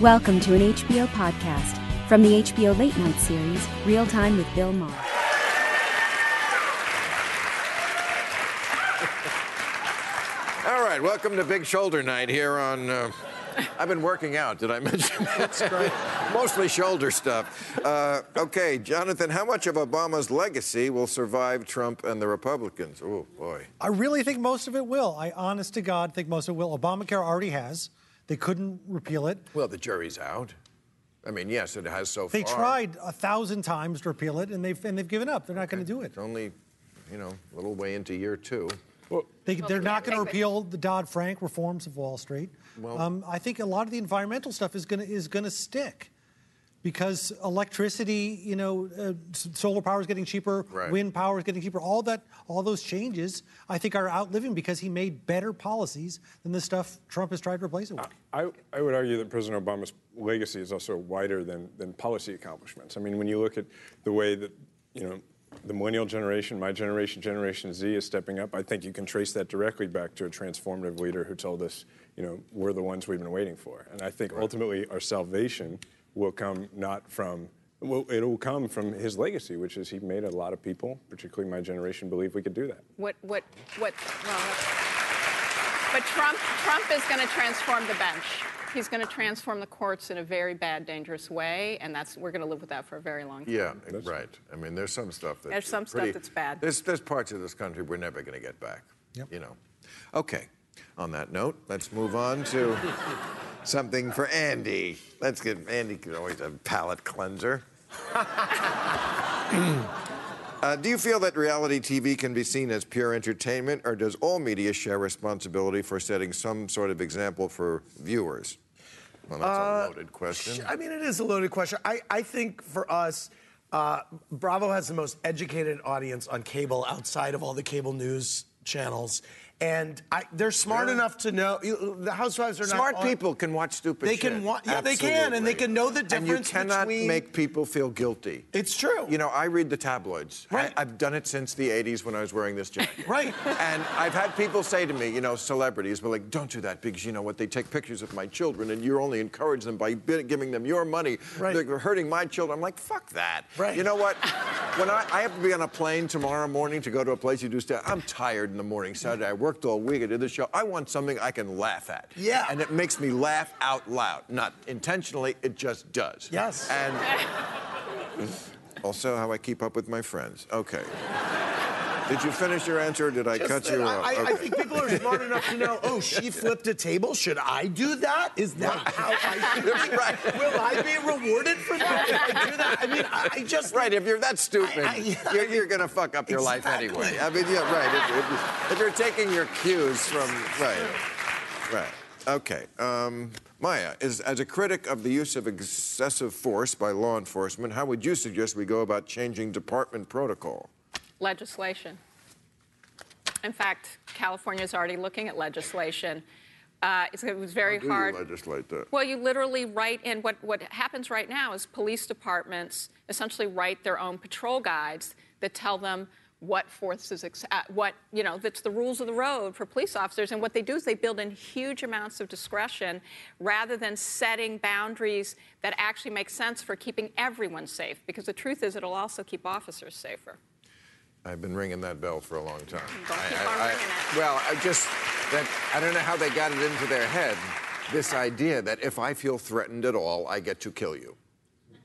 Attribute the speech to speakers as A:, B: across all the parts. A: Welcome to an HBO podcast from the HBO Late Night series, Real Time with Bill Maher.
B: All right, welcome to Big Shoulder Night here on. Uh, I've been working out. Did I mention that? That's great. Mostly shoulder stuff. Uh, okay, Jonathan, how much of Obama's legacy will survive Trump and the Republicans? Oh, boy.
C: I really think most of it will. I, honest to God, think most of it will. Obamacare already has. They couldn't repeal it.
B: Well, the jury's out. I mean, yes, it has so
C: They
B: far.
C: tried a thousand times to repeal it, and they've and they've given up. They're not going to do it.
B: It's only, you know, a little way into year two.
C: They, they're not going to repeal the Dodd Frank reforms of Wall Street. um, I think a lot of the environmental stuff is going to is going to stick because electricity, you know, uh, s- solar power is getting cheaper,
B: Right.
C: wind power is getting cheaper. All that, all those changes, I think, are outliving because he made better policies than the stuff Trump has tried to replace it with.
D: I, I would argue that President Obama's legacy is also wider than, than policy accomplishments. I mean, when you look at the way that, you know, the millennial generation, my generation, Generation Z is stepping up, I think you can trace that directly back to a transformative leader who told us, you know, we're the ones we've been waiting for. And I think ultimately our salvation will come not from, well, it will come from his legacy, which is he made a lot of people, particularly my generation, believe we could do that.
E: What, what, what, well, that's- but Trump, Trump is going to transform the bench. He's going to transform the courts in a very bad, dangerous way, and that's, we're going to live with that for a very long time.
B: Yeah, right. I mean, there's some stuff that
E: There's some stuff that's bad.
B: There's there's parts of this country we're never going to get back.
C: Yep.
B: You know. Okay. On that note, let's move on to something for Andy. Let's get Andy could always have a palate cleanser. Uh, do you feel that reality TV can be seen as pure entertainment, or does all media share responsibility for setting some sort of example for viewers? Well, that's
E: Uh,
B: a loaded question.
F: I mean, it is a loaded question. I, I think for us, uh, Bravo has the most educated audience on cable outside of all the cable news channels. And I, they're smart
B: Really?
F: enough to know you- the housewives are
B: Smart
F: not on-
B: people can watch stupid
F: They can
B: shit.
F: wa- yeah, they can, and they can know the difference
B: And you cannot
F: between-
B: make people feel guilty.
F: It's true.
B: You know, I read the tabloids.
F: Right.
B: I, have done it since the 80s when I was wearing this jacket.
F: Right.
B: And I've had people say to me, you know, celebrities, but like, don't do that because you know what? They take pictures of my children and you're only encouraging them by bi- giving them your money.
F: Right.
B: They're hurting my children. I'm like, fuck that.
F: Right.
B: You know what? when I, I have to be on a plane tomorrow morning to go to a place you do stuff, I'm tired in the morning Saturday. I worked all week. I did the show. I want something I can laugh at.
F: Yeah.
B: And it makes me laugh out loud. Not intentionally, it just does.
F: Yes.
B: And also how I keep up with my friends. Okay. did you finish your answer or did I cut you off?
F: I, I
B: Okay.
F: think people are smart enough to know. Oh, she flipped a table. Should I do that? Is that how I should be?
B: Right.
F: Will I be rewarded for that if I do that? I mean, I, I just
B: Right, if you're that stupid,
F: I- I- yeah,
B: you're, you're gonna fuck up your
F: Exactly.
B: life anyway. I mean, yeah, right. If, if- if you're taking your cues from, right, right. Okay, um, Maya, is, as a critic of the use of excessive force by law enforcement, how would you suggest we go about changing department protocol?
E: legislation. In fact, California is already looking at legislation. Uh, it's, it was very
B: How do you
E: hard.
B: legislate that?
E: Well, you literally write, and what, what happens right now is police departments essentially write their own patrol guides that tell them what force is, ex- uh, what, you know, that's the rules of the road for police officers. And what they do is they build in huge amounts of discretion rather than setting boundaries that actually make sense for keeping everyone safe, because the truth is it'll also keep officers safer.
B: I've been ringing that bell for a long time.
E: Don't keep on ringing it.
B: Well, I just that I don't know how they got it into their head this idea that if I feel threatened at all, I get to kill you.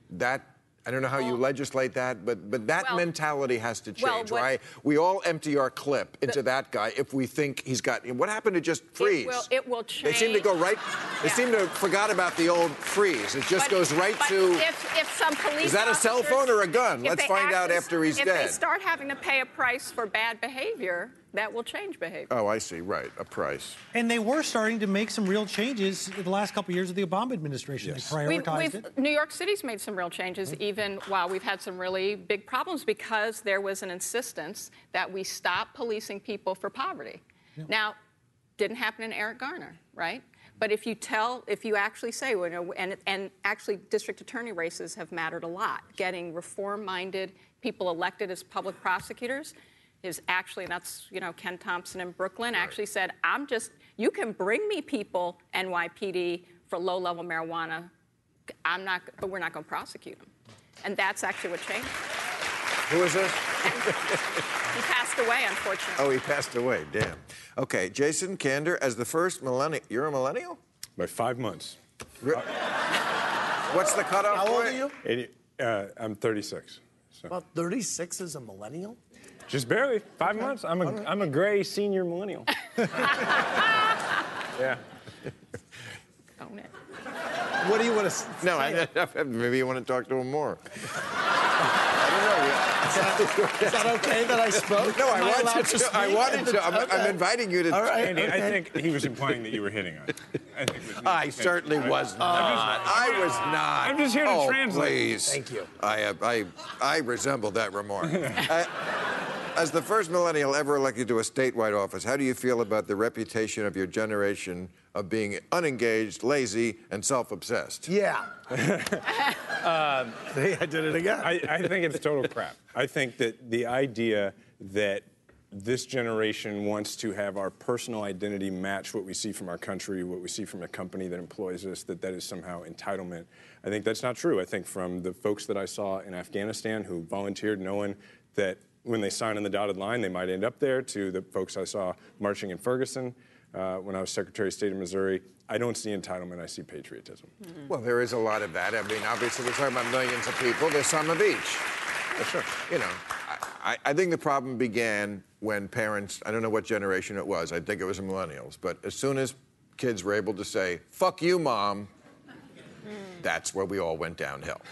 B: That I don't know how you legislate that, but but that
E: Well-
B: mentality has to
E: Well,
B: change.
E: what-
B: right? We all empty our clip into that guy if we think he's got. What happened to just freeze?
E: will- it will
B: They seem to go
E: change.
B: right. They
E: Yeah.
B: seem to have forgot about the old freeze. It just
E: But-
B: goes right
E: but
B: to.
E: If, if some police
B: Is that a cell
E: officers-
B: phone or a gun?
E: if
B: Let's
E: they
B: find
E: act
B: out
E: as-
B: after he's
E: if
B: dead.
E: they start having to pay a price for bad behavior, that will change behavior.
B: oh, I see. Right, a price.
C: And they were starting to make some real changes in the last couple of years of the Obama administration. They
E: We've-
C: prioritized
E: we've-
C: it.
E: New York City's made some real changes, even while we've had some really big problems, because there was an insistence that we stop policing people for poverty. Now, didn't happen in Eric Garner, right? But if you tell, if you actually say, you know, and, and actually district attorney races have mattered a lot, getting reform minded people elected as public prosecutors is actually, and that's, you know, Ken Thompson in Brooklyn actually said, I'm just, you can bring me people, NYPD, for low level marijuana I'm not, but we're not going to prosecute him. And that's actually what changed.
B: Who is this?
E: He passed away, unfortunately.
B: Oh, he passed away. Damn. Okay, Jason Kander as the first millennial. You're a millennial?
D: By five months.
B: Re- What's the cutoff?
F: How old
B: point?
F: are you?
D: Eighty- uh, I'm 36. So
F: About 36 is a millennial?
D: just barely five months. I'm a am a gray senior millennial. yeah.
E: Own it.
F: What do you want to
B: No, I, maybe you want to talk to him more. I
F: Is that okay that I spoke?
B: don't know. No, I
F: Am
B: wanted
F: allowed
B: to.
F: speak
B: I
F: at
B: wanted
F: the-
B: to. I'm, I'm
F: okay.
B: inviting you to.
F: All right.
D: Andy, I
F: okay.
D: think he was implying that you were hitting on. it. I, think it was not
B: I
D: intentional.
B: certainly was not. I was not.
D: I'm just here to
B: oh,
D: translate.
B: Please.
F: Thank you.
B: I, uh, I, I resemble that remark. Uh, as the first millennial ever elected to a statewide office, how do you feel about the reputation of your generation of being unengaged, lazy, and self obsessed?
F: Yeah. See, I did it again.
D: I, I think it's total crap. I think that the idea that this generation wants to have our personal identity match what we see from our country, what we see from a company that employs us, that that is somehow entitlement. I think that's not true. I think from the folks that I saw in Afghanistan who volunteered knowing that when they sign on the dotted line, they might end up there, to the folks I saw marching in Ferguson uh, when I was Secretary of State of Missouri. I don't see entitlement, I see patriotism.
B: Well, there is a lot of that. I mean, obviously, we're talking about millions of people. There's some of each.
D: sure.
B: You know, I, I- I think the problem began when parents, I don't know what generation it was, I think it was millennials, but as soon as kids were able to say, fuck you, mom, that's where we all went downhill.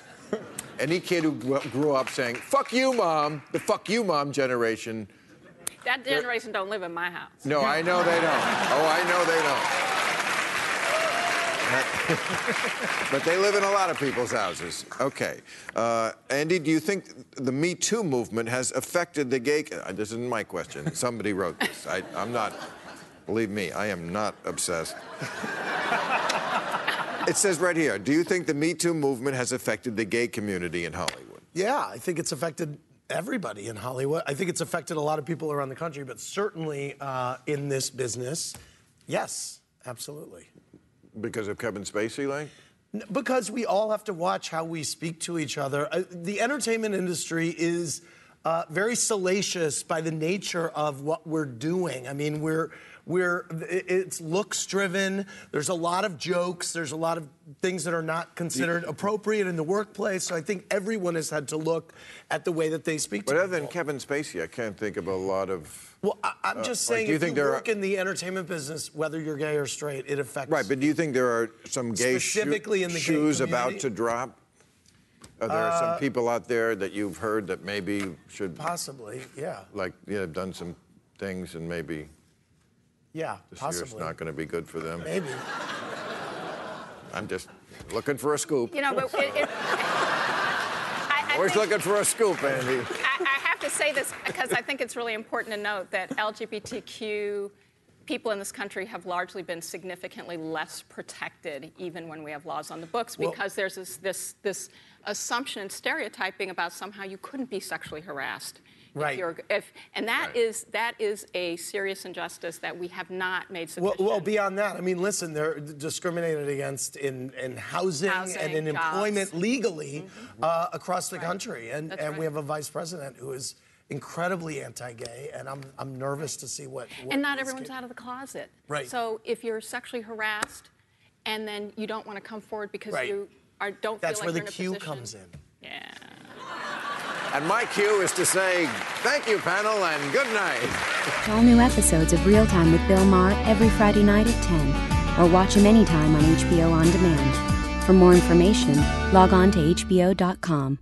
B: Any kid who gr- grew up saying, fuck you, mom, the fuck you, mom generation,
E: That generation don't live in my house.
B: no, I know they don't. Oh, I know they don't. but they live in a lot of people's houses. Okay. Uh, Andy, do you think the Me Too movement has affected the gay? uh, This isn't my question. Somebody wrote this. I, I'm not, believe me, I am not obsessed. it says right here Do you think the Me Too movement has affected the gay community in Hollywood?
F: Yeah, I think it's affected everybody in Hollywood. I think it's affected a lot of people around the country, but certainly uh, in this business, yes, absolutely.
B: Because of Kevin Spacey, like?
F: N- Because we all have to watch how we speak to each other. Uh, the entertainment industry is uh, very salacious by the nature of what we're doing. I mean, we're we're i- it's looks driven. There's a lot of jokes. There's a lot of things that are not considered appropriate in the workplace. So I think everyone has had to look at the way that they speak.
B: But
F: to
B: other than
F: people.
B: Kevin Spacey, I can't think of a lot of.
F: Well, I, I'm just
B: like,
F: saying,
B: uh, do you
F: if
B: think
F: you
B: there are-
F: work in the entertainment business, whether you're gay or straight, it affects.
B: Right, but do you think there are some gay shoe-
F: Specifically in the gay
B: shoes about
F: community? Uh,
B: to drop? Are there some people out there that you've heard that maybe should,
F: possibly, yeah,
B: like, you know, done some things and maybe
F: yeah,
B: this
F: possibly,
B: year's not going to be good for them?
F: maybe.
B: I'm just looking for a scoop.
E: You know, but it. it I, I
B: Always
E: think-
B: looking for a scoop, Andy.
E: I, I have to say this because I think it's really important to note that LGBTQ people in this country have largely been significantly less protected, even when we have laws on the books, because there's this, this, this assumption and stereotyping about somehow you couldn't be sexually harassed. if
F: Right.
E: you're- if- and that
B: Right.
E: is- that is a serious injustice that we have not made
F: Well,
E: sufficient.
F: well, beyond that, I mean, listen, they're discriminated against in, in housing, and
E: Housing,
F: in
E: jobs. Mm-hmm.
F: employment legally uh, across the country, and
E: That's
F: and we
E: right.
F: have a vice president who is incredibly anti-gay, and I'm I'm nervous to see what. what
E: and not
F: is
E: everyone's
F: gonna-
E: out of the closet.
F: Right.
E: So if you're sexually harassed, and then you don't want to come forward because
F: Right.
E: you are don't
F: That's
E: feel like
F: where
E: you're
F: the
E: in a
F: cue
E: position-
F: comes in.
E: Yeah.
B: And my cue is to say thank you, panel, and good night.
A: All new episodes of Real Time with Bill Maher every Friday night at 10, or watch him anytime on HBO On Demand. For more information, log on to HBO.com.